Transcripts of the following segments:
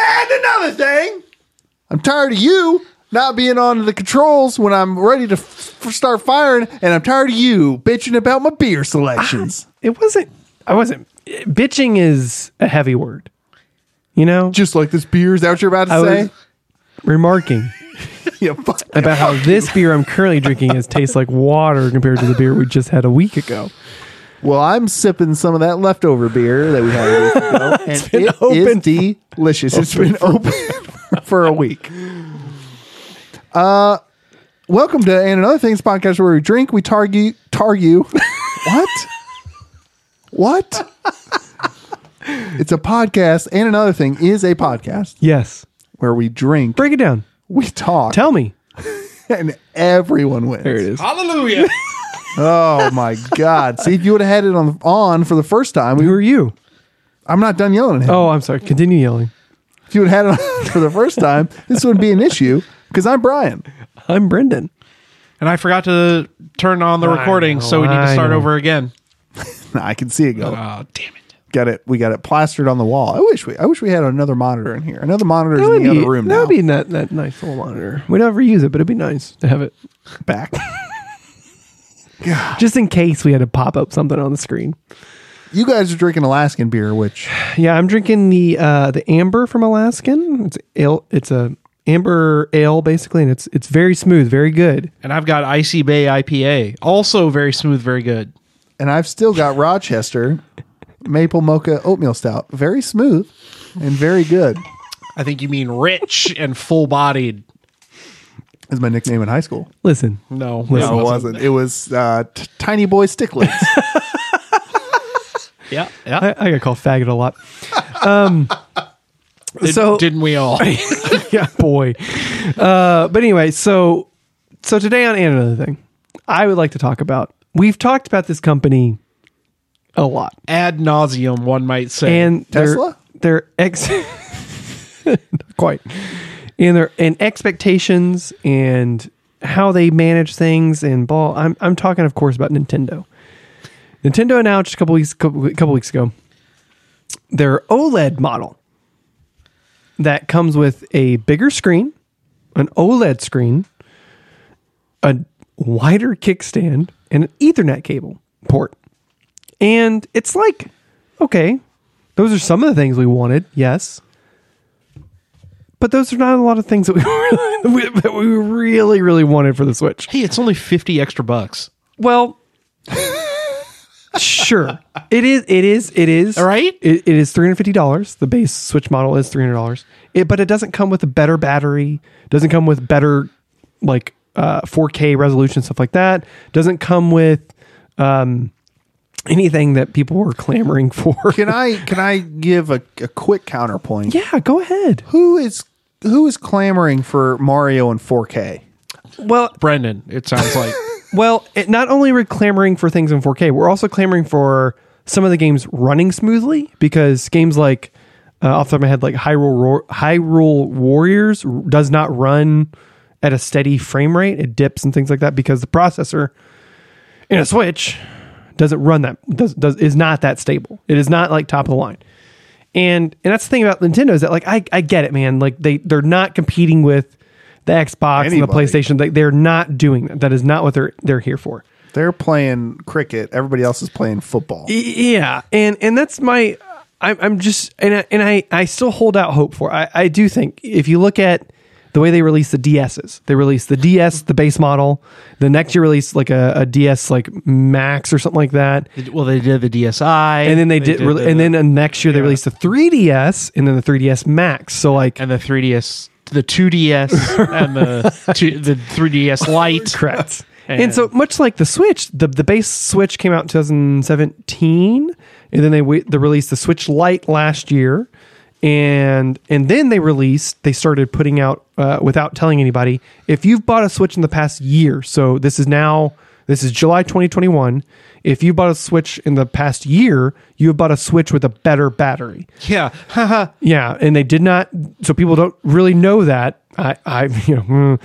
on the thing. I'm tired of you not being on the controls when I'm ready to f- f- start firing, and I'm tired of you bitching about my beer selections. Ah, It wasn't. I wasn't. Bitching is a heavy word. You know, Just like this beer is that what you're about to I say? was remarking yeah, fuck. about how this beer I'm currently drinking is tastes like water compared to the beer we just had a week ago. Well, I'm sipping some of that leftover beer that we had a week ago, and it's been open- delicious. it's been open for a week. Uh, welcome to and another things podcast where we drink, we target, target. what? What? it's a podcast, and another thing is a podcast Yes, where we drink, break it down. we talk, Tell me. and everyone wins. There it is. Hallelujah. Oh my god! See, if you would have had it on on for the first time, we Who were, are you? I'm not done yelling at him. Oh, I'm sorry. Continue yelling. if you had had it on for the first time, this wouldn't be an issue because I'm Brian. I'm Brendan. and I forgot to turn on the recording, know, so we need to I start know. over again. Nah, I can see it Uh-huh. go. Oh, damn it. Got it. We got it plastered on the wall. I wish we. I wish we had another monitor in here. Another monitor is in the be, other room that now. would be that, that nice little monitor. We never use it, but it'd be nice to have it back. just in case we had to pop up something on the screen. You guys are drinking Alaskan beer, which Yeah, I'm drinking the uh, the amber from Alaskan. It's ale. It's a amber ale basically, and it's it's very smooth, very good. And I've got Icy Bay IPA, also very smooth, very good. and I've still got Rochester maple mocha oatmeal stout. Very smooth and very good. I think you mean rich and full bodied. Is my nickname in high school. Listen, No, Listen, No, it wasn't. It was uh, t- Tiny Boy Sticklets. Yeah, yeah. I, I got called faggot a lot. Um, Did- so- didn't we all? yeah, boy. Uh, but anyway, so so today on and another thing, I would like to talk about. We've talked about this company a lot, Ad nauseum, one might say. and Tesla? their their ex, not quite, and their and expectations and how they manage things and ball. I'm I'm talking, of course, about Nintendo. Nintendo announced a couple weeks couple, couple weeks ago their OLED model that comes with a bigger screen, an OLED screen, a wider kickstand, and an Ethernet cable port. And it's like, okay, those are some of the things we wanted, yes. But those are not a lot of things that we really, that we really, really wanted for the Switch. hey, it's only 50 extra bucks. Well, sure. It is. It is. It is. All right. It, it is three hundred fifty dollars. The base Switch model is three hundred dollars. It, but it doesn't come with a better battery. Doesn't come with better like uh, four K resolution stuff like that. Doesn't come with um, anything that people were clamoring for. can I can I give a, a quick counterpoint? yeah, go ahead. Who is who is clamoring for Mario in 4K? Well, Brendan, it sounds like. Well, it, not only we're clamoring for things in 4K, we're also clamoring for some of the games running smoothly because games like uh, off the top of my head, like Hyrule Ro- Hyrule Warriors r- does not run at a steady frame rate. It dips and things like that because the processor in a Switch doesn't run that does does is not that stable. It is not like top of the line. And and that's the thing about Nintendo is that like I, I get it, man. Like they they're not competing with the Xbox and the Anybody. PlayStation. They they're not doing that. That is not what they're they're here for. They're playing cricket. Everybody else is playing football. Y- Yeah, and and that's my. I'm I'm just and I, and I I still hold out hope for. I I do think if you look at the way they release the DSs, they release the DS the base model. The next year release like a, a DS like Max or something like that. well, they did the DSI. And then they, did, the- re- and then the next year they released the 3DS and then the 3DS Max. So like and the 3DS, the 2DS, and the, two, the 3DS Lite. Correct. And- and, so much like the Switch, the, the base Switch came out in 2017, and then they wa- they released the Switch Lite last year, and and then they released they started putting out uh, without telling anybody. If you've bought a Switch in the past year, so this is now this is July 2021. If you bought a Switch in the past year, you have bought a Switch with a better battery. Yeah. Yeah, and they did not. So people don't really know that. I, I, you know, mm.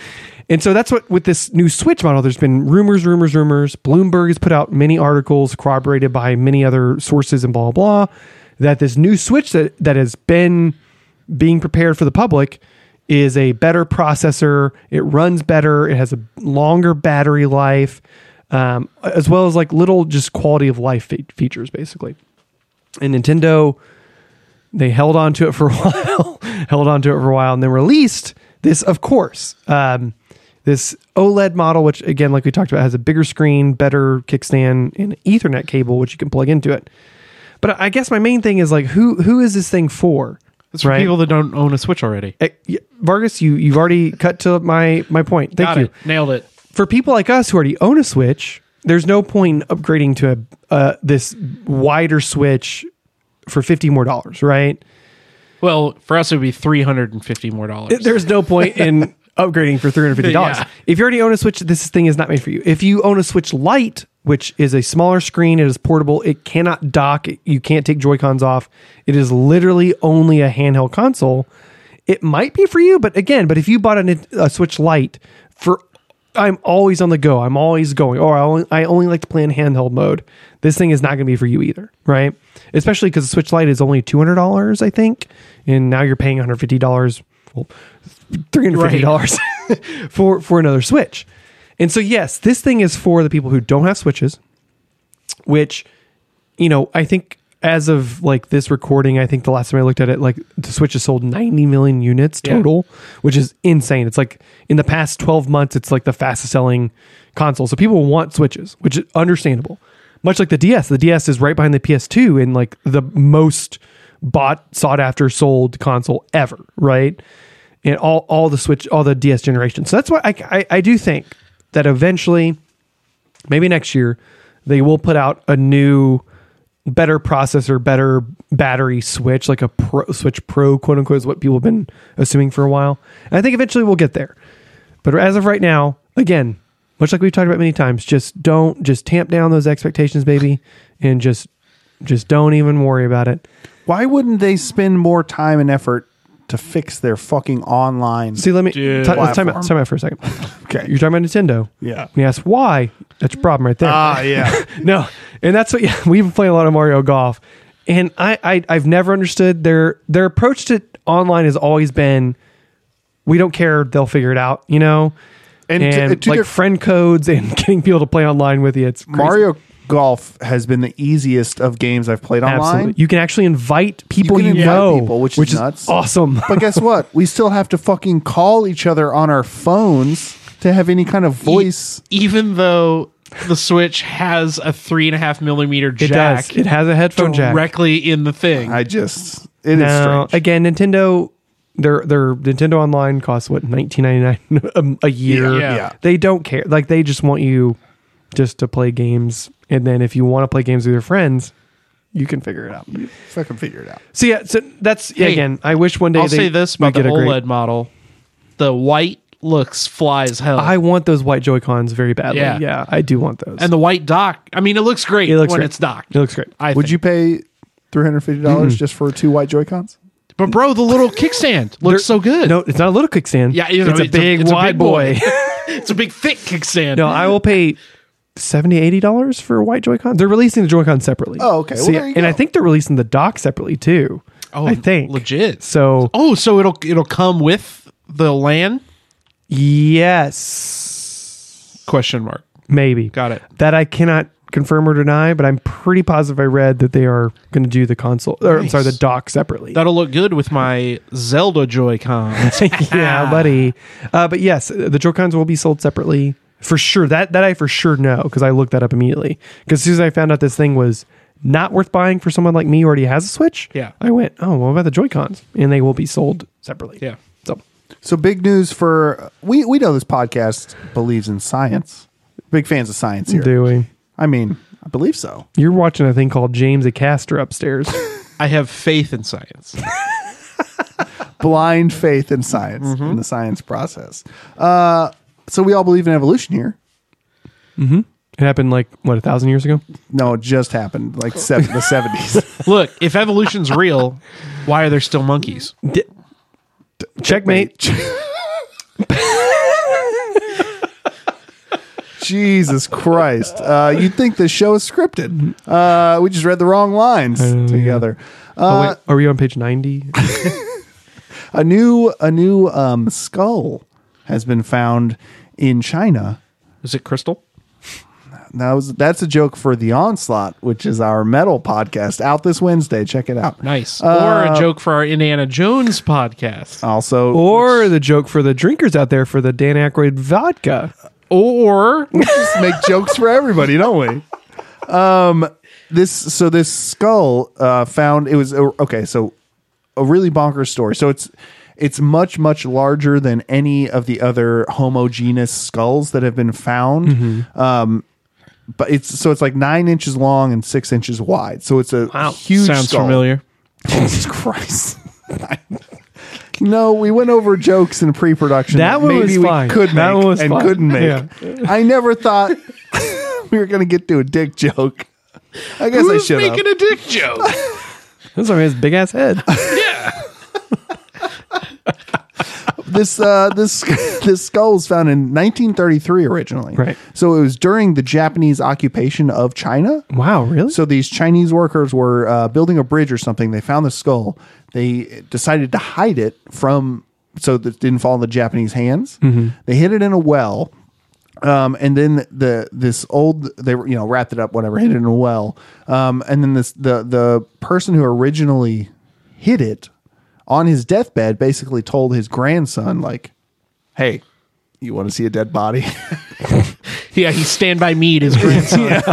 and so that's what with this new Switch model. There's been rumors, rumors, rumors. Bloomberg has put out many articles corroborated by many other sources and blah blah. blah that this new Switch that that has been being prepared for the public is a better processor. It runs better. It has a longer battery life, um, as well as like little just quality of life fe- features, basically. And Nintendo, they held on to it for a while, held on to it for a while, and then released this, of course, um, this OLED model, which again, like we talked about, has a bigger screen, better kickstand, and Ethernet cable, which you can plug into it. But I guess my main thing is like, who who is this thing for? It's for Right. people that don't own a Switch already. Eh, y- Vargas, you you've already cut to my my point. Thank Got you. it. Nailed it. For people like us who already own a Switch, there's no point in upgrading to a uh, this wider Switch for fifty more dollars, right? Well, for us, it would be three hundred and fifty more dollars. There's no point in upgrading for three hundred fifty dollars. Yeah. If you already own a Switch, this thing is not made for you. If you own a Switch Lite, which is a smaller screen, it is portable, it cannot dock, it- you can't take Joy Cons off. It is literally only a handheld console. It might be for you, but again, but if you bought a, a Switch Lite for I'm always on the go. I'm always going. Or I only, I only like to play in handheld mode. This thing is not going to be for you either, right? Especially because the Switch Lite is only two hundred dollars, I think, and now you're paying one hundred fifty dollars, well, three hundred fifty dollars for for another Switch. And so, yes, this thing is for the people who don't have Switches, which you know, I think as of like this recording, I think the last time I looked at it, like the Switch has sold 90 million units Yeah. total, which is insane. It's like in the past 12 months, it's like the fastest selling console. So people want Switches, which is understandable. Much like the DS, the DS is right behind the PS2 in like the most bought, sought after, sold console ever, right? And all all the Switch, all the DS generation. So that's why I, I, I do think that eventually maybe next year they will put out a new better processor better battery switch like a pro switch pro quote unquote is what people have been assuming for a while and i think eventually we'll get there but as of right now again much like we've talked about many times just don't just tamp down those expectations baby and just just don't even worry about it Why wouldn't they spend more time and effort to fix their fucking online? see let me Dude. ti- let's time out, Platform. time out for a second okay. you're talking about nintendo Yeah. and you ask why that's your problem right there Ah, yeah. no, and that's what yeah, we've been playing a lot of Mario Golf, and I, I I've never understood their their approach to online has always been, we don't care, they'll figure it out, you know, And and, to- to like their- friend codes and getting people to play online with you. It's crazy. Mario Golf has been the easiest of games I've played online. Absolutely, you can actually invite people can you, invite know, people, which is nuts. awesome. But guess what? We still have to fucking call each other on our phones to have any kind of E- voice. even though the Switch has a three and a half millimeter It jack does. It has a headphone jack. directly in the thing. I just it is Now, strange. again, Nintendo, their their Nintendo Online costs what nineteen ninety nine a year. Yeah. Yeah. they don't care. Like they just want you just to play games, and then if you want to play games with your friends, you can figure it out. Fucking figure it out. So yeah, so that's yeah, Hey, again. I wish one day I'll they, say this we about the get a OLED great- model: the white looks fly as hell, I want those white Joy Cons very badly. Yeah. Yeah. I do want those. and the white dock. I mean, it looks great it looks when great. it's docked. It looks great. I Would think. you pay three hundred fifty Hmm. dollars just for two white Joy Cons? But bro, the little kickstand looks so good. No, it's not a little kickstand. Yeah, you it's, know, a big it's a wide big boy. it's a big thick kickstand. No, I will pay 70 dollars for white Joy-Con. They're releasing the Joy-Con separately. Oh, okay. Well, See, there you and go. I think they're releasing the dock separately too. oh, I think legit. So oh, so it'll it'll come with the LAN? yes, Question mark. maybe Got it. That I cannot confirm or deny, but I'm pretty positive I read that they are going to do the console. Or I'm Nice. sorry, the dock separately. That'll look good with my Zelda Joy Cons. yeah, Ah. buddy. Uh, but yes, the Joy-Cons will be sold separately for sure. That that I for sure know because I looked that up immediately. Because as soon as I found out this thing was not worth buying for someone like me who already has a Switch, Yeah. I went, oh, what about the Joy-Cons? And they will be sold separately. Yeah. So So big news for we we know this podcast believes in science. Big fans of science here. do we? I mean, I believe so. You're watching a thing called James a Caster upstairs. I have faith in science. Blind faith in science Mm-hmm. in the science process. Uh, so we all believe in evolution here. it happened like what a thousand years ago. No, it just happened like seven, the seventies. Look, if evolution's real, why are there still monkeys? Checkmate. Jesus Christ. Uh, you'd think this show is scripted. Uh, we just read the wrong lines Oh, yeah. Uh, together. Uh, oh, wait, are we on page ninety? A new a new um, skull has been found in China. Is it crystal? That was that's a joke for the onslaught, which is our metal podcast out this Wednesday. Check it out. Nice. or Uh, a joke for our Indiana Jones podcast. Also, Oh. Or the joke for the drinkers out there for the Dan Aykroyd vodka. Or just make jokes for everybody, don't we? Um, this so this skull uh, found it was okay. So a really bonkers story. So it's it's much much larger than any of the other homogeneous skulls that have been found. Mm-hmm. Um, but it's so it's like nine inches long and six inches wide. So it's a huge. sounds skull. familiar. Jesus Christ. No, we went over jokes in pre-production. That one maybe was we fine. could make That one was and fine. couldn't make. Yeah. I never thought we were going to get to a dick joke. I guess I Who's should have. making a dick joke? That's why he has a big ass head. yeah. This uh, this this skull was found in 1933 originally. Right. So it was during the Japanese occupation of China. Wow, really? So these Chinese workers were uh, building a bridge or something. They found the skull. They decided to hide it from so that it didn't fall in the Japanese hands. They hid it in a well, um, and then the this old they were you know wrapped it up whatever hid it in a well, um, and then this the the person who originally hid it on his deathbed basically told his grandson like, hey. You want to see a dead body? Yeah, he's stand by me his grandson.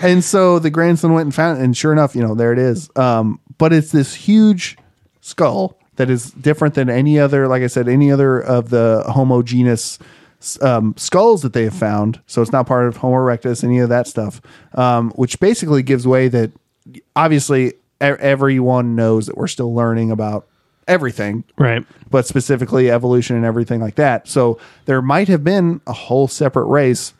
and so the grandson went and found it, and sure enough, you know, there it is. Um, but it's this huge skull that is different than any other, like I said, any other of the homogeneous um, skulls that they have found. So it's not part of Homo erectus, any of that stuff, um, which basically gives way that obviously e- everyone knows that we're still learning about everything right. but specifically evolution and everything like that. So there might have been a whole separate race.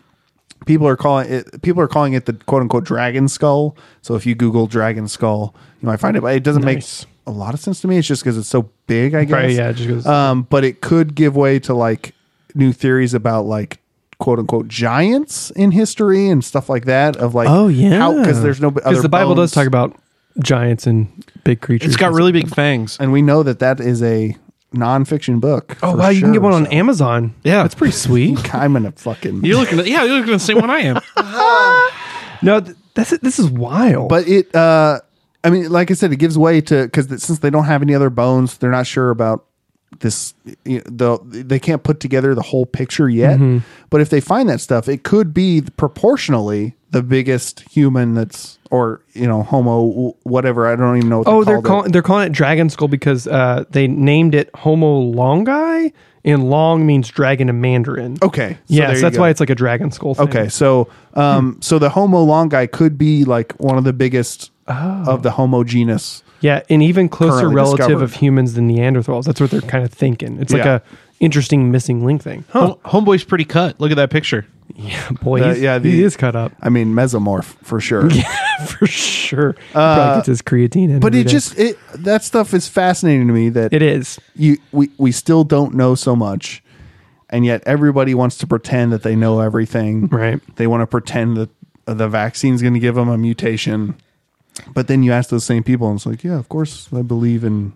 People are calling it. People are calling it the quote unquote dragon skull. So if you Google dragon skull, you might find it. But it doesn't Nice. make a lot of sense to me. It's just because it's so big. I guess. Right, yeah, just 'cause- Um, but it could give way to like new theories about like quote unquote giants in history and stuff like that. Of like, Oh yeah. because there's no because the Bible does talk about giants and big creatures. It's got really big fangs. and we know that that is a nonfiction book. Oh for wow, you can sure, get one on so- Amazon. Yeah. that's pretty sweet. I'm gonna fucking. You're looking at yeah, you're looking at the same one I am. no, th- that's this is wild. But it, uh, I mean, like I said, it gives way to because since they don't have any other bones, they're not sure about this. You know, the they can't put together the whole picture yet. Mm-hmm. But if they find that stuff, it could be proportionally the biggest human that's or you know Homo whatever. I don't even know. What oh, they're called it. calling they're calling it dragon skull because uh, they named it Homo longi, and long means dragon in Mandarin. Okay, so yeah, there Oh, so you that's go. why it's Hmm. like a dragon skull. Thing. Okay, so um, so the Homo longi could be like one of the biggest Oh. of the Homo genus. yeah, and even closer Currently relative discovered. of humans than Neanderthals. That's what they're kind of thinking. It's like Yeah. a interesting missing link thing. Huh? Home- Homeboy's pretty cut. Look at that picture. Boy, The- he's, yeah, the- he is cut up I mean, mesomorph for sure. for sure. He probably gets his creatine in, Uh, But every it day. just it that stuff is fascinating to me that it is. you we, we still don't know so much and yet everybody wants to pretend that they know everything Right. they want to pretend that the vaccine's going to give them a mutation but then you ask those same people and it's like yeah of course i believe in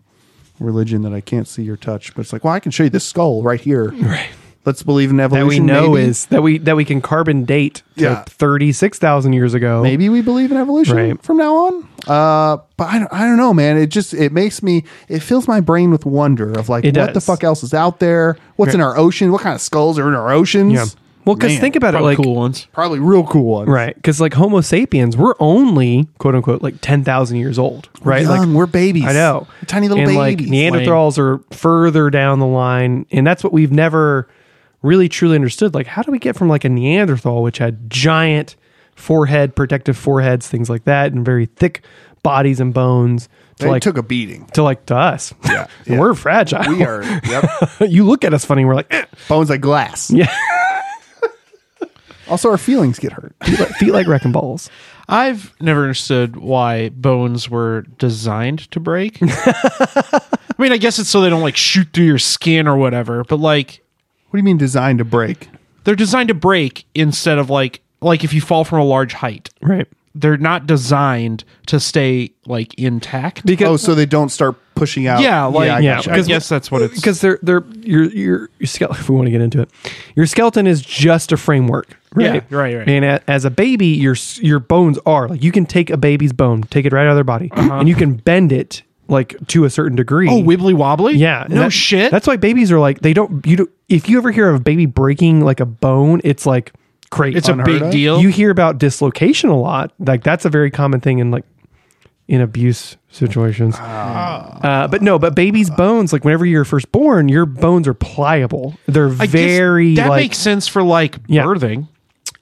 religion that i can't see or touch but it's like well i can show you this skull right here right let's believe in that we evolution know maybe. is that we that we can carbon date to Yeah. 36,000 years ago. maybe we believe in evolution Right. from now on uh but I don't, I don't know man it just it makes me it fills my brain with wonder of like It what the does. fuck else is out there what's in our ocean what kind of skulls are in our oceans Yeah. Well, cuz Man, think about it Probably like cool ones. probably real cool ones right, cuz like Homo sapiens, we're only quote unquote like 10,000 years old, right? young, Like we're babies I know. tiny little and babies Like Neanderthals are further down the line and that's what we've never really truly understood like how do we get from like a Neanderthal which had giant forehead, protective foreheads, things like that and very thick bodies and bones to they like took a beating to like to us. Yeah, yeah. we're fragile. we are yep you look at us funny. We're like, eh, bones like glass Yeah. also our feelings get hurt feet like- feet like wrecking balls. I've never understood why bones were designed to break. I mean, I guess it's so they don't like shoot through your skin or whatever, but like what do you mean designed to break they're designed to break instead of like like if you fall from a large height. Right. They're not designed to stay like intact. Because oh so they don't start pushing out. yeah, like I yeah, gotcha. I guess that's what it's because they're they're your your your skeleton. If we want to get into it, your skeleton is just a framework, right? Yeah, right, right. And a, as a baby, your s- your bones are like you can take a baby's bone, take it right out of their body, and you can bend it like to a certain degree. Uh-huh. oh wibbly wobbly. yeah, and no that- shit. That's why babies are like they don't. You don't, if you ever hear of a baby breaking like a bone, it's like great. it's a unheard big of. deal. you hear about dislocation a lot. Like that's a very common thing in like in abuse situations. Uh, but no, but babies' bones, like whenever you're first born, your bones are pliable. They're I guess very that like makes sense for like Yeah. birthing.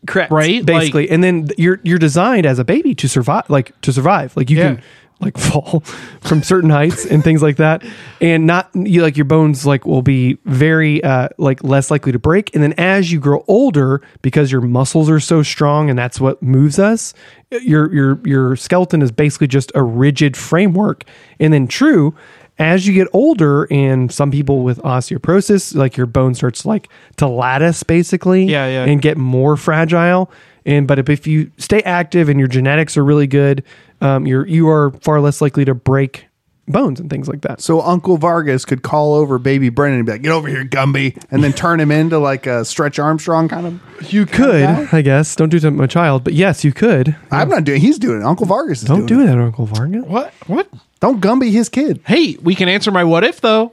correct, right? Basically, and then th- you're you're designed as a baby to survive, like to survive. Like you Yeah. can like fall from certain heights and things like that, and not you like your bones like will be very uh like less likely to break. And then as you grow older, because your muscles are so strong, and that's what moves us. uh, Your your your skeleton is basically just a rigid framework, and then true. As you get older, and some people with osteoporosis, like your bone starts like to lattice basically, Yeah, yeah. and get more fragile. And but if, if you stay active and your genetics are really good, um, you're you are far less likely to break bones and things like that. So Uncle Vargas could call over baby Brennan and be like, "Get over here, Gumby," and then turn him into like a Stretch Armstrong kind of. You could, I guess, don't do it to my child, but yes, you could. I'm not doing. He's doing it. Uncle Vargas is Don't doing do it, Uncle Varga. What? What? it. Don't Gumby his kid. Hey, we can answer my what if though.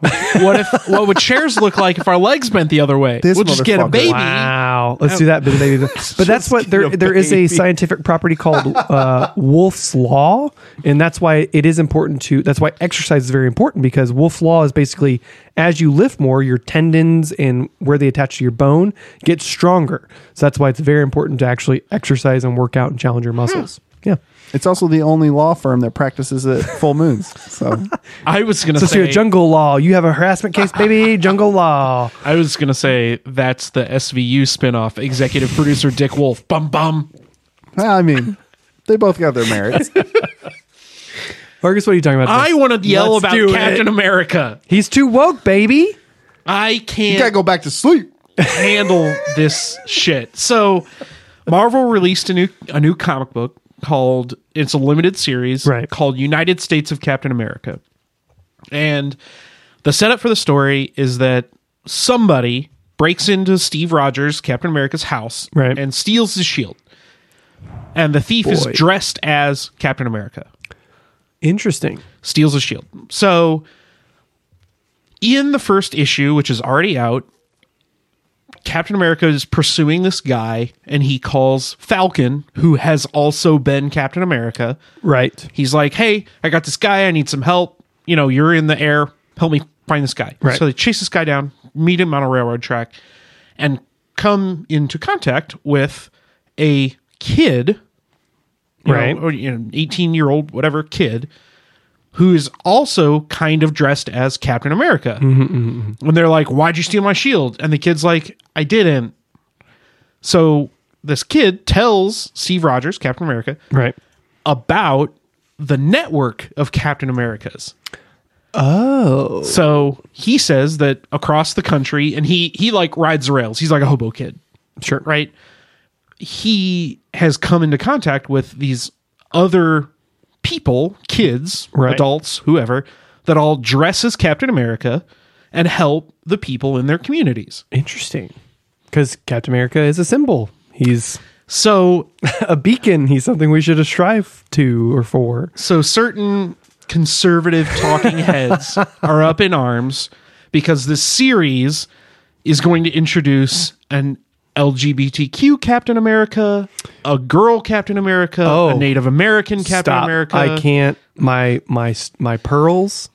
what if? What would chairs look like if our legs bent the other way? This we'll just get a motherfucker. baby. Wow, Oh. let's do that, but baby. But that's what there there is a scientific property called uh, Wolf's law, and that's why it is important to. That's why exercise is very important because Wolf's law is basically as you lift more, your tendons and where they attach to your bone get stronger. So that's why it's very important to actually exercise and work out and challenge your muscles. Hmm. Yeah, It's also the only law firm that practices at full moons. So I was gonna so say to a jungle law, you have a harassment case, baby. jungle law. I was gonna say that's the SVU spinoff. Executive producer Dick Wolf. Bum bum. I mean, they both got their merits. Marcus, what are you talking about? I want to yell Let's do about it. Captain America. He's too woke, baby. I can't. Gotta go back to sleep. handle this shit. So Marvel released a new a new comic book called it's a limited series Right. called United States of Captain America. And the setup for the story is that somebody breaks into Steve Rogers, Captain America's house, Right. and steals his shield. And the thief is Boy. dressed as Captain America Interesting. steals a shield. So in the first issue, which is already out, Captain America is pursuing this guy and he calls Falcon, who has also been Captain America. Right. He's like, "Hey, I got this guy. I need some help. You know, you're in the air. Help me find this guy." Right. So they chase this guy down, meet him on a railroad track, and come into contact with a kid, you Right. Know, uh, or, you know, eighteen year old, whatever kid, who is also kind of dressed as Captain America. Mm-hmm, And they're like, "Why'd you steal my shield?" And the kid's like, "I didn't." So this kid tells Steve Rogers, Captain America, Right. about the network of Captain Americas. Oh. So he says that across the country, and he he like rides the rails. He's like a hobo kid, Sure. right? He has come into contact with these other people, kids, Right. adults, whoever, that all dress as Captain America and help the people in their communities. Interesting. Because Captain America is a symbol. He's So a beacon. He's something we should strive to or for. so certain conservative talking heads are up in arms because this series is going to introduce an LGBTQ Captain America, a girl Captain America, Oh. a Native American Captain Stop. America. I can't. My my my pearls.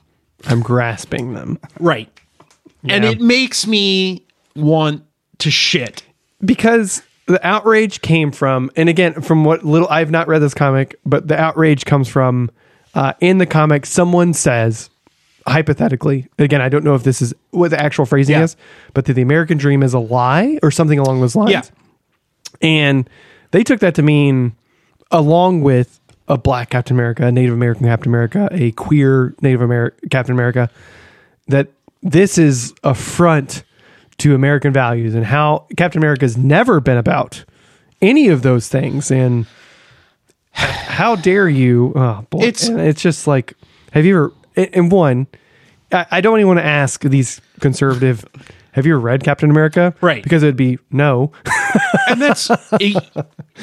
I'm grasping them Right. And Yeah. it makes me want to shit. because the outrage came from, and again, from what little I've not read this comic, but the outrage comes from uh, in the comic. Someone says hypothetically again i don't know if this is what the actual phrasing Yeah. is but that the american dream is a lie or something along those lines Yeah. And they took that to mean, along with a black Captain America, a Native American Captain America, a queer Native American Captain America, that this is a front to American values and how Captain America's never been about any of those things. And how dare you? Oh, boy. It's- And it's just like, have you ever. and, and one, I, I don't even want to ask these conservative. Have you ever read Captain America? Right. Because it'd be no. and that's e-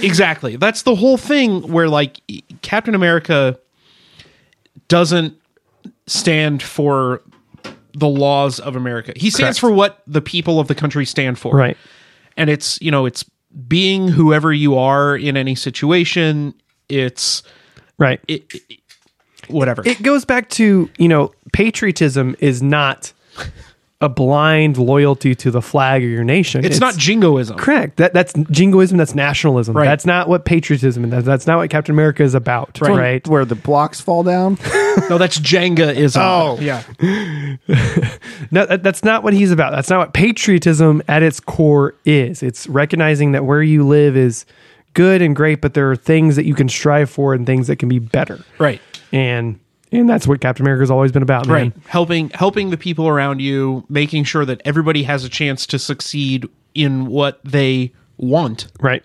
exactly that's the whole thing where like e- captain america doesn't stand for the laws of america he Correct. stands for what the people of the country stand for Right. and it's you know it's being whoever you are in any situation it's Right. it, it- whatever it goes back to you know patriotism is not a blind loyalty to the flag or your nation. it's, not jingoism correct. That that's jingoism. That's nationalism. Right. That's not what patriotism. That's that's not what Captain America is about. Right. where the blocks fall down. no that's jengaism Oh. yeah No, that, that's not what he's about. That's not what patriotism at its core is. It's recognizing that where you live is good and great, but there are things that you can strive for and things that can be better. right And and that's what Captain America's always been about, man. right helping helping the people around you making sure that everybody has a chance to succeed in what they want Right.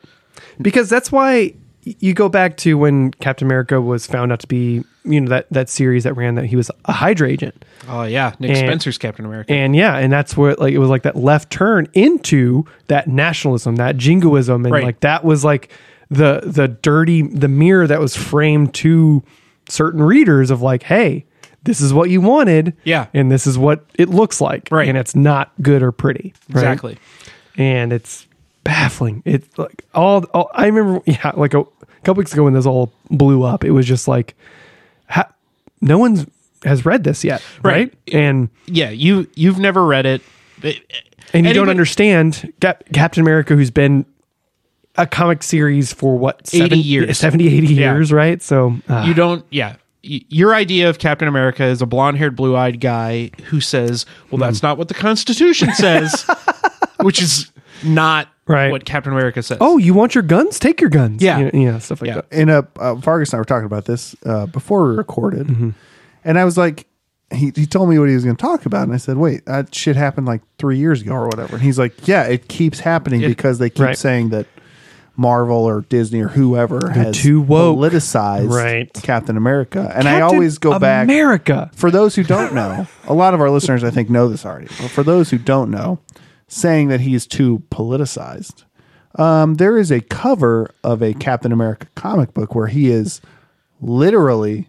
Because that's why y- you go back to when Captain America was found out to be, you know, that, that series that ran that he was a Hydra agent. oh yeah nick spencer's captain america And yeah, and that's where like it was like that left turn into that nationalism, that jingoism, and Right. like that was like the the dirty the mirror that was framed to certain readers of like, hey, this is what you wanted, Yeah. and this is what it looks like, Right. And it's not good or pretty, right? exactly and it's baffling. It's like all, all I remember, yeah, like a couple weeks ago when this all blew up, it was just like, ha, no one's has read this yet, right? And yeah you you've never read it uh, It- and you And don't even- understand Cap, Captain America, who's been a comic series for what 70 years. 70, 80 years, right? So uh, you don't yeah Y- your idea of Captain America is a blonde-haired, blue-eyed guy who says, "Well, Hmm. that's not what the Constitution says," which is not Right. what Captain America says. oh, you want your guns? Take your guns, Yeah. you know, yeah, stuff like Yeah. that. and uh, uh, Vargas and I were talking about this uh, before we recorded, Mm-hmm. and I was like, he, he told me what he was going to talk about, and I said, wait, that shit happened like three years ago or whatever, and he's like, yeah, it keeps happening because they keep right. saying that Marvel or Disney or whoever has too woke. politicized Right. Captain America, and I Captain always go back. America. For those who don't know, a lot of our listeners, I think, know this already. But for those who don't know, saying that he's too politicized, um, there is a cover of a Captain America comic book where he is literally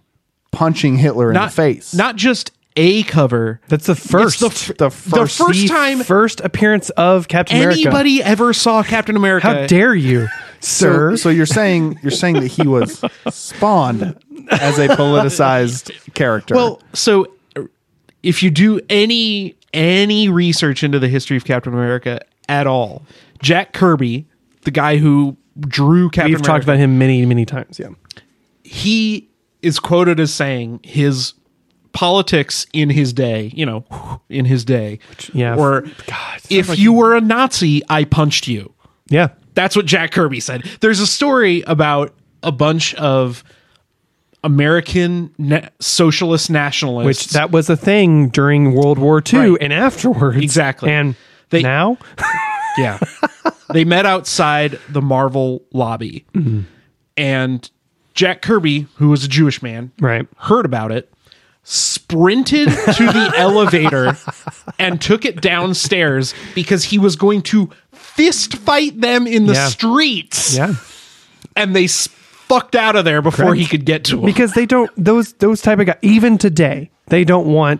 punching Hitler in not the face. not just a cover. That's the It's first. the, f- The the first- first, time first appearance of Captain America. anybody ever saw Captain America. How dare you, so, sir? so you're saying you're saying that he was spawned as a politicized character. Well, so uh, if you do any any research into the history of Captain America at all, Jack Kirby, the guy who drew Captain We've America, talked about him many, many times. Yeah. he is quoted as saying his politics in his day, you know, in his day, yeah. or God, it if you were a Nazi, I punched you. Yeah. That's what Jack Kirby said. There's a story about a bunch of American na- socialist nationalists. Which that was a thing during World War II Right. and afterwards. Exactly. And They- now, yeah, they met outside the Marvel lobby, and Jack Kirby, who was a Jewish man, right. heard about it, sprinted to the elevator and took it downstairs because he was going to fist fight them in the Yeah. streets. Yeah. and they s- fucked out of there before Correct. he could get to him. Because they don't, those, those type of guys, even today, they don't want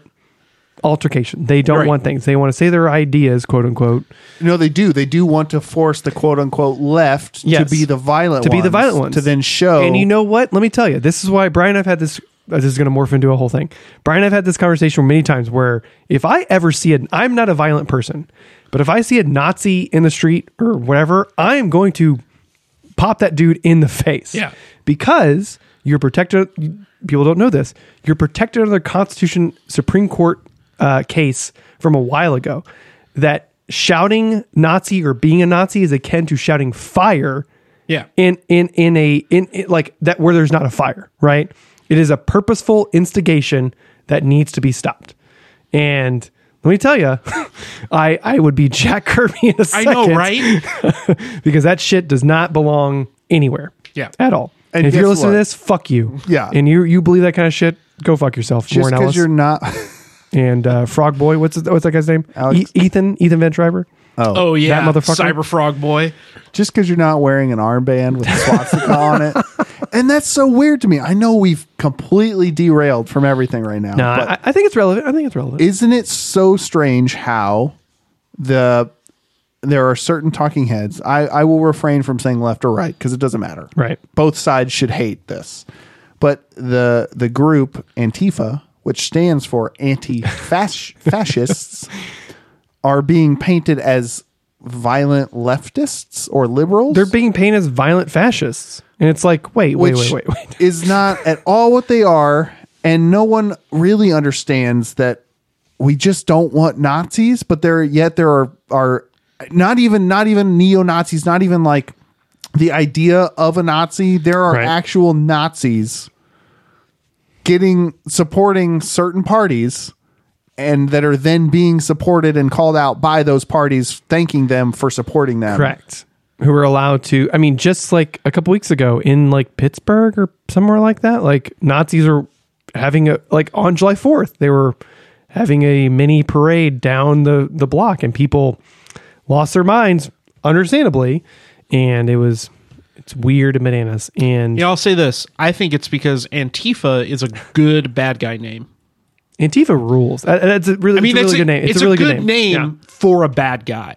altercation. They don't Right. want things. They want to say their ideas, quote unquote, No, they do. They do want to force the quote unquote left to Yes. be the violent to be the violent ones. to then show And you know what? Let me tell you. This is why Brian. I've had this. uh, This is going to morph into a whole thing. Brian. I've had this conversation many times. Where if I ever see it, I'm not a violent person, but if I see a Nazi in the street or whatever, I am going to pop that dude in the face. Yeah. Because you're protected. People don't know this. You're protected under the Constitution Supreme Court uh, case from a while ago that shouting Nazi or being a Nazi is akin to shouting fire yeah, in in in a in, in- like that where there's not a fire, right? It is a purposeful instigation that needs to be stopped. And let me tell you, I I would be Jack Kirby in a I second, know, right? Because that shit does not belong anywhere, Yeah. at all. And And if you're guess listening what? to this, fuck you, Yeah. And you you believe that kind of shit, go fuck yourself, Just Warren because Ellis, you're not. and uh, Frog Boy. What's his, what's that guy's name? Alex- E- Ethan Ethan Van Driver. Oh, Oh yeah, That motherfucker? Cyber Frog Boy. just because you're not wearing an armband with a swastika on it, and that's so weird to me. I know we've completely derailed from everything right now. No, I, I think it's relevant. I think it's relevant. isn't it so strange how the there are certain talking heads i i will refrain from saying left or right because it doesn't matter Right. both sides should hate this but the the group antifa which stands for anti-fascists are being painted as violent leftists or liberals They're being painted as violent fascists, and it's like, wait, wait, which wait, wait, wait. is not at all what they are. And no one really understands that we just don't want Nazis, but there yet there are are not even not even neo Nazis, not even like the idea of a Nazi. There are Right. actual Nazis getting supporting certain parties and that are then being supported and called out by those parties, thanking them for supporting them. Correct. Who were allowed to? I mean, just like a couple weeks ago in like Pittsburgh or somewhere like that, like Nazis are having a like on July Fourth, they were having a mini parade down the the block, and people lost their minds, understandably, and it was it's weird and bananas, and Yeah, I'll say this. I think it's because Antifa is a good bad guy name. Antifa rules. Uh, That's a really, I mean, it's a really good name. It's, a really good name. for a bad guy.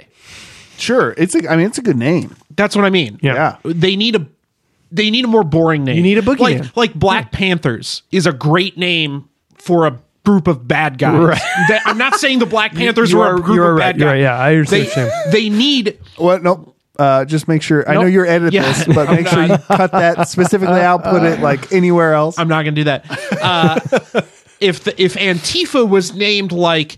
Sure. It's a I mean it's a good name. That's what I mean. Yeah. Yeah. They need a they need a more boring name. You need a boogeyman. Like like Black Panthers is a great name for a group of bad guys. Right. That- I'm not saying the Black Panthers you were are- a group you are of right, bad you're guys. right. Yeah, I understand what you're They, they need What? Nope. Uh, just make sure. I know Nope. you're editing Yeah. this, but I'm make sure you not. cut that specifically out. Put it like anywhere else. I'm not going to do that. Uh, if the, if Antifa was named like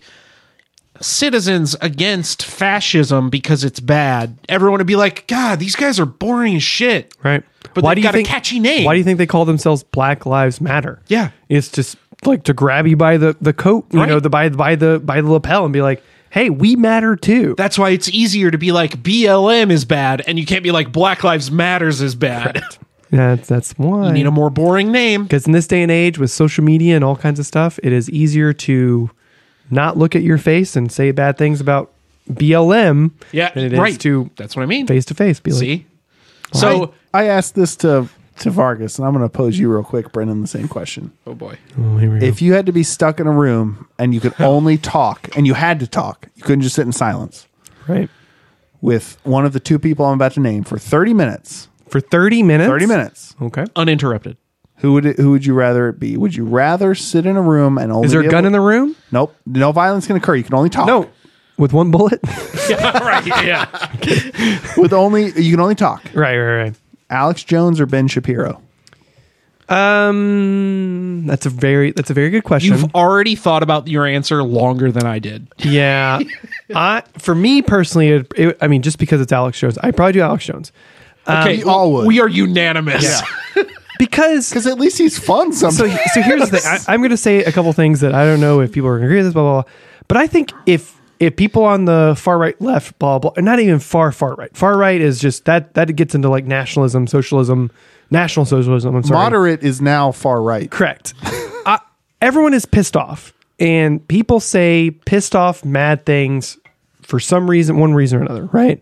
Citizens Against Fascism because it's bad, everyone would be like, God, these guys are boring as shit. Right. But they've got a catchy name. Why do you think they call themselves Black Lives Matter? Yeah. It's just like to grab you by the, the coat, you Right. know, the by by the by the lapel and be like, hey, we matter too. That's why it's easier to be like BLM is bad, and you can't be like Black Lives Matters is bad. that's that's why. Need a more boring name. Because in this day and age with social media and all kinds of stuff, it is easier to not look at your face and say bad things about BLM Yeah, than it is right. to That's what I mean. face to face. Be like, See, so I asked this to to Vargas, and I'm going to pose you real quick, Brendan, the same question. oh boy, "Oh, here we go." If you had to be stuck in a room and you could only talk, and you had to talk, you couldn't just sit in silence right. with one of the two people I'm about to name for 30 minutes. For 30 minutes. 30 minutes. Okay. uninterrupted. Who would it, who would you rather it be? Would you rather sit in a room and only Is there be a gun able- in the room? Nope. No violence can occur. You can only talk. No. With one bullet? yeah, right. Yeah. With only you can only talk. right, right, right. Alex Jones or Ben Shapiro? Um, that's a very that's a very good question. You've already thought about your answer longer than I did. yeah, I for me personally, it, it, I mean, just because it's Alex Jones, I probably do Alex Jones Um, Okay, we all would. we are unanimous. because Because at least he's fun sometimes. so so here's the thing. I, I'm going to say a couple things that I don't know if people are going to agree with this, blah, blah blah. But I think if if people on the far right, left, blah blah, not even far far right, far right is just that that gets into like nationalism, socialism, national socialism. I'm sorry, Moderate is now far right. Correct. I, everyone is pissed off, and people say pissed off, mad things for some reason, one reason or another, right?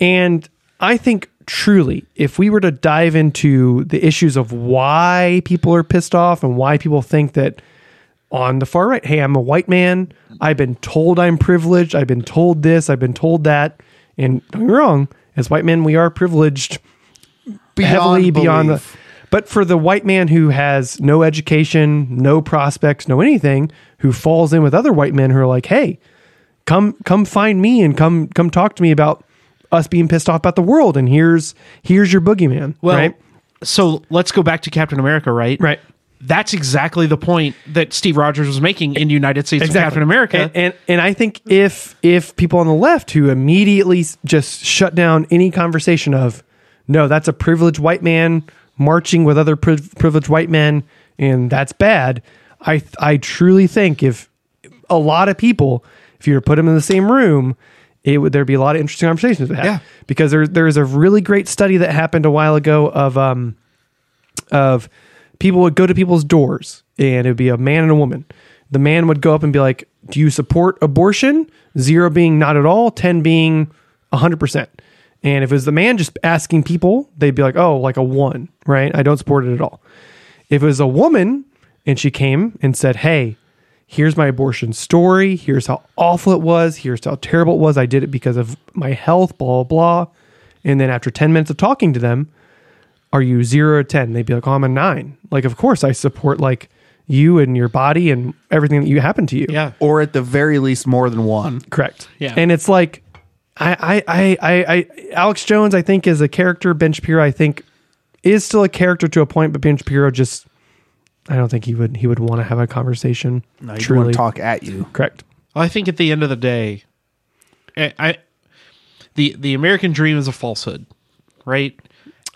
And I think truly, if we were to dive into the issues of why people are pissed off and why people think that on the far right, hey, I'm a white man, I've been told I'm privileged, I've been told this, I've been told that, and don't get me wrong, as white men, we are privileged heavily beyond the, belief. but for the white man who has no education, no prospects, no anything, who falls in with other white men who are like, "Hey, come come find me and come come talk to me about us being pissed off about the world and here's here's your boogeyman." Well, right? so let's go back to Captain America, right? Right. That's exactly the point that Steve Rogers was making in United States of Captain America. And, and and I think if if people on the left who immediately s- just shut down any conversation of no, that's a privileged white man marching with other priv- privileged white men, and that's bad. I th- I truly think if a lot of people, if you were to put them in the same room, it would there'd be a lot of interesting conversations to have. Yeah. Because there there's a really great study that happened a while ago of um of people would go to people's doors and it'd be a man and a woman. The man would go up and be like, "Do you support abortion?" Zero being not at all, ten being hundred percent. And if it was the man just asking people, they'd be like, "Oh, like a one, right? I don't support it at all." If it was a woman and she came and said, Hey, here's my abortion story. Here's how awful it was. Here's how terrible it was. I did it because of my health, blah, blah, blah. And then after 10 minutes of talking to them, are you zero or 10? They'd be like, Oh, I'm a nine. Like, of course, I support like you and your body and everything that you happened to you. Yeah. Or at the very least, more than one. Correct. Yeah. And it's like, I, I, I, I, I, Alex Jones, I think, is a character. Ben Shapiro, I think, is still a character to a point, but Ben Shapiro just, I don't think he would, he would want to have a conversation. No, you want truly. to talk at you. Correct. I think at the end of the day, I, I the the American dream is a falsehood, right?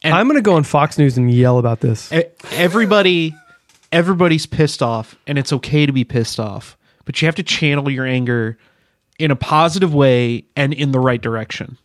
And I'm going to go on Fox News and yell about this. e- everybody everybody's pissed off and it's okay to be pissed off, but you have to channel your anger in a positive way and in the right direction.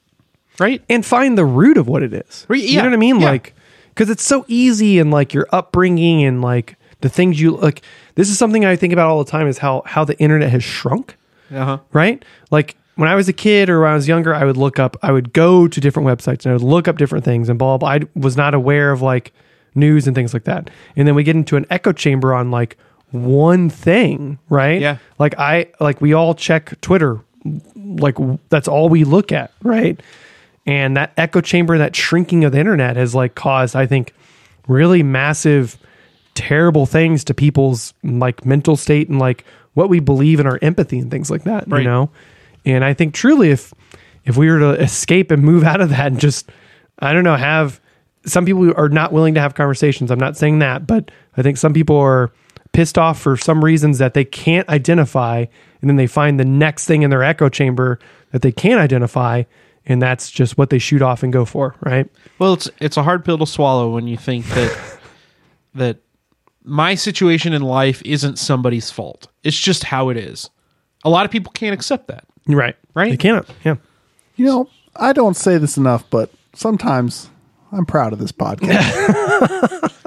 Right? and find the root of what it is. Re- You yeah, know what I mean? yeah. Like, because it's so easy and like your upbringing and like the things you like. This is something I think about all the time is how how the internet has shrunk. Uh-huh. Right? Like when I was a kid or when I was younger, I would look up. I would go to different websites and I would look up different things and blah blah. I was not aware of like news and things like that. And then we get into an echo chamber on like one thing, right? Yeah. Like I like we all check Twitter like w- that's all we look at, right? And that echo chamber, that shrinking of the internet has like caused, I think, really massive, terrible things to people's like mental state and like what we believe in our empathy and things like that, Right. you know? And I think truly if if we were to escape and move out of that and just I don't know, have some people are not willing to have conversations. I'm not saying that, but I think some people are pissed off for some reasons that they can't identify, and then they find the next thing in their echo chamber that they can identify, and that's just what they shoot off and go for, right? Well, it's it's a hard pill to swallow when you think that that my situation in life isn't somebody's fault. It's just how it is. A lot of people can't accept that. Right. Right. They cannot. Yeah. You know, I don't say this enough, but sometimes I'm proud of this podcast.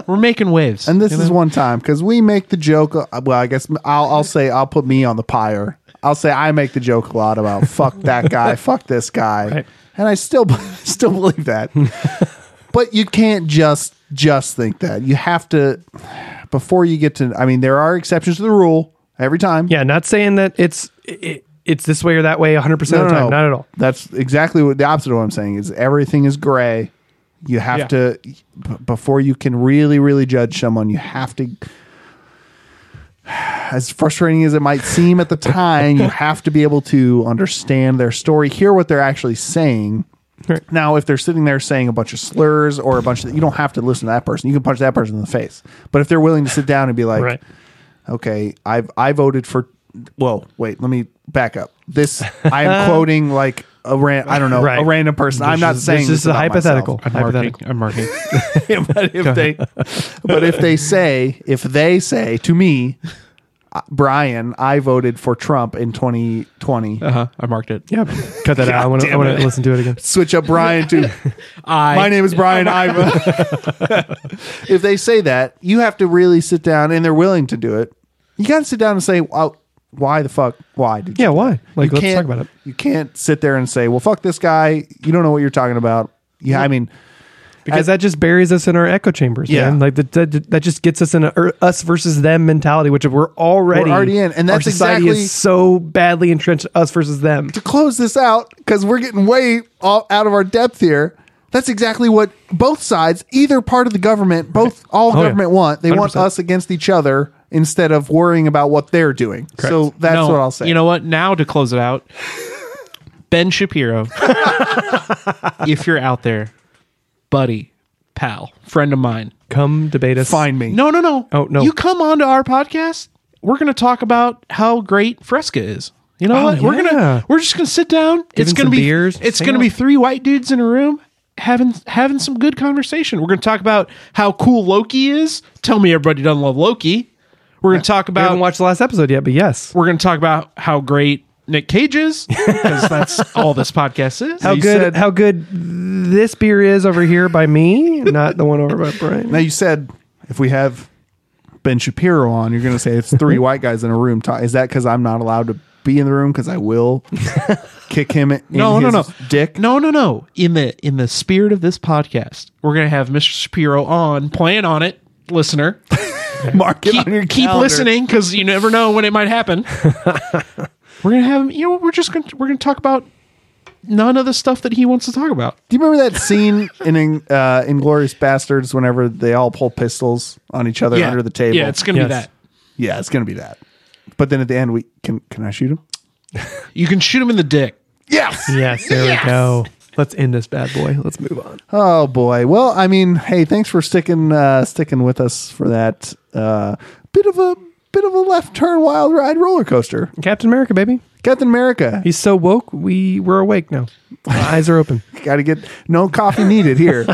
We're making waves. and this is one time because we make the joke. uh, Well, I guess I'll, I'll say I'll put me on the pyre. I'll say I make the joke a lot about fuck that guy, fuck this guy, Right. and I still still believe that. but you can't just just think that. You have to before you get to. I mean, there are exceptions to the rule every time. Yeah. Not saying that it's it, it's this way or that way 100 percent of the time. Not at all. That's exactly what the opposite of what I'm saying is everything is gray. You have Yeah. to b- before you can really really judge someone, you have to as frustrating as it might seem at the time, you have to be able to understand their story, hear what they're actually saying. Right. Now, if they're sitting there saying a bunch of slurs or a bunch of you don't have to listen to that person. You can punch that person in the face. But if they're willing to sit down and be like, Right. okay, I've I voted for. Whoa, wait, let me back up. This I am quoting like a ran, I don't know Right. a random person. I'm not is- saying this is a about hypothetical. I'm marking. hypothetical. I'm marking. myself. but if they, but if they say, if they say to me, "Uh, Brian, I voted for Trump in 2020. Uh-huh. Uh huh. I marked it. Yeah. Cut that out. I want to I want to listen to it again. Switch up Brian to I my name is Brian. I if they say that, you have to really sit down, and they're willing to do it. You got to sit down and say, well, why the fuck? Why did you Yeah. Why? Like, you let's talk can't- about it. You can't sit there and say, "Well, fuck this guy. You don't know what you're talking about." Yeah, I mean, because that just buries us in our echo chambers. Yeah. Yeah, man. like that, that that just gets us in a er, us versus them mentality, which we're already We're already in, and our that's society exactly- is so badly entrenched us versus them. to close this out because we're getting way all, out of our depth here. That's exactly what both sides, either part of the government, both all yeah. government want. They want 100%. us against each other instead of worrying about what they're doing. So that's No, what I'll say. You know what? Now to close it out, Ben Shapiro, if you're out there, buddy, pal, friend of mine. Come debate us. find me. No, no, no. Oh, no. You come on to our podcast. We're going to talk about how great Fresca is. You know Oh, what? We're yeah. gonna we're just gonna sit down. it's him gonna some be beers. it's Hang gonna out. be three white dudes in a room having having some good conversation. We're gonna talk about how cool Loki is. Tell me everybody doesn't love Loki. We're gonna talk I about haven't watched the last episode yet, but yes, we're going to talk about how great Nick Cage is because that's all this podcast is. how you good said- how good this beer is over here by me, not the one over by Brian. Now you said if we have Ben Shapiro on, you're going to say it's three white guys in a room. Ta- Is that because I'm not allowed to be in the room because I will kick him in no, no, his no, dick? No, no, no. In the in the spirit of this podcast, we're gonna have Mr. Shapiro on. Plan on it, listener. Mark it Keep, on your keep calendar. listening because you never know when it might happen. we're gonna have him. You know, we're just gonna we're gonna talk about none of the stuff that he wants to talk about. Do you remember that scene in uh, Inglorious Bastards whenever they all pull pistols on each other under the table? Yeah, it's gonna be Yes. that. yeah, it's going to be that. But then at the end, we can can I shoot him? You can shoot him in the dick. Yes. Yes, there we go. Let's end this bad boy. Let's move on. Oh boy. Well, I mean, hey, thanks for sticking uh, sticking with us for that uh, bit of a bit of a left turn wild ride roller coaster. Captain America, baby. Captain America. He's so woke. We we're awake now. Our eyes are open. Got to get no coffee needed here.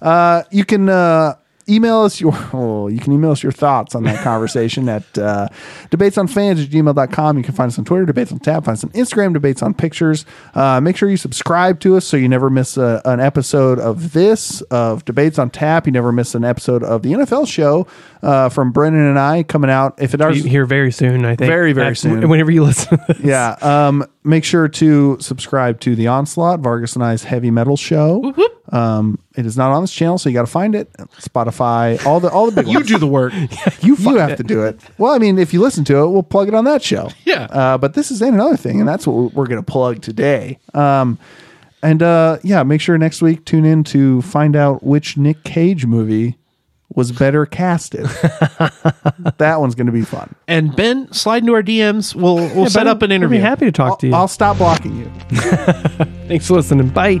uh, you can uh, email us your oh, you can email us your thoughts on that conversation at uh, debatesonfans at gmail.com. You can find us on Twitter, debates on tab, find us on Instagram, debates on pictures. Uh, make sure you subscribe to us so you never miss a, an episode of this of debates on tap. You never miss an episode of the NFL show uh, from Brendan and I coming out. If it are You here very soon, I think. Very, very Uh, soon. Whenever you listen. To this. yeah. Um, make sure to subscribe to The Onslaught, Vargas and I's heavy metal show. Um, it is not on this channel, so you got to find it. Spotify, all the all the big You ones. do the work. You, have to do it. Well, I mean, if you listen to it, we'll plug it on that show. Yeah. Uh, but this is ain't another thing, and that's what we're going to plug today. Um, and uh, yeah, make sure next week tune in to find out which Nick Cage movie was better casted. that one's going to be fun. And Ben, slide into our DMs. We'll we'll set But up an I'll interview. Be happy to talk I'll, to you. I'll stop blocking you. Thanks for listening. Bye.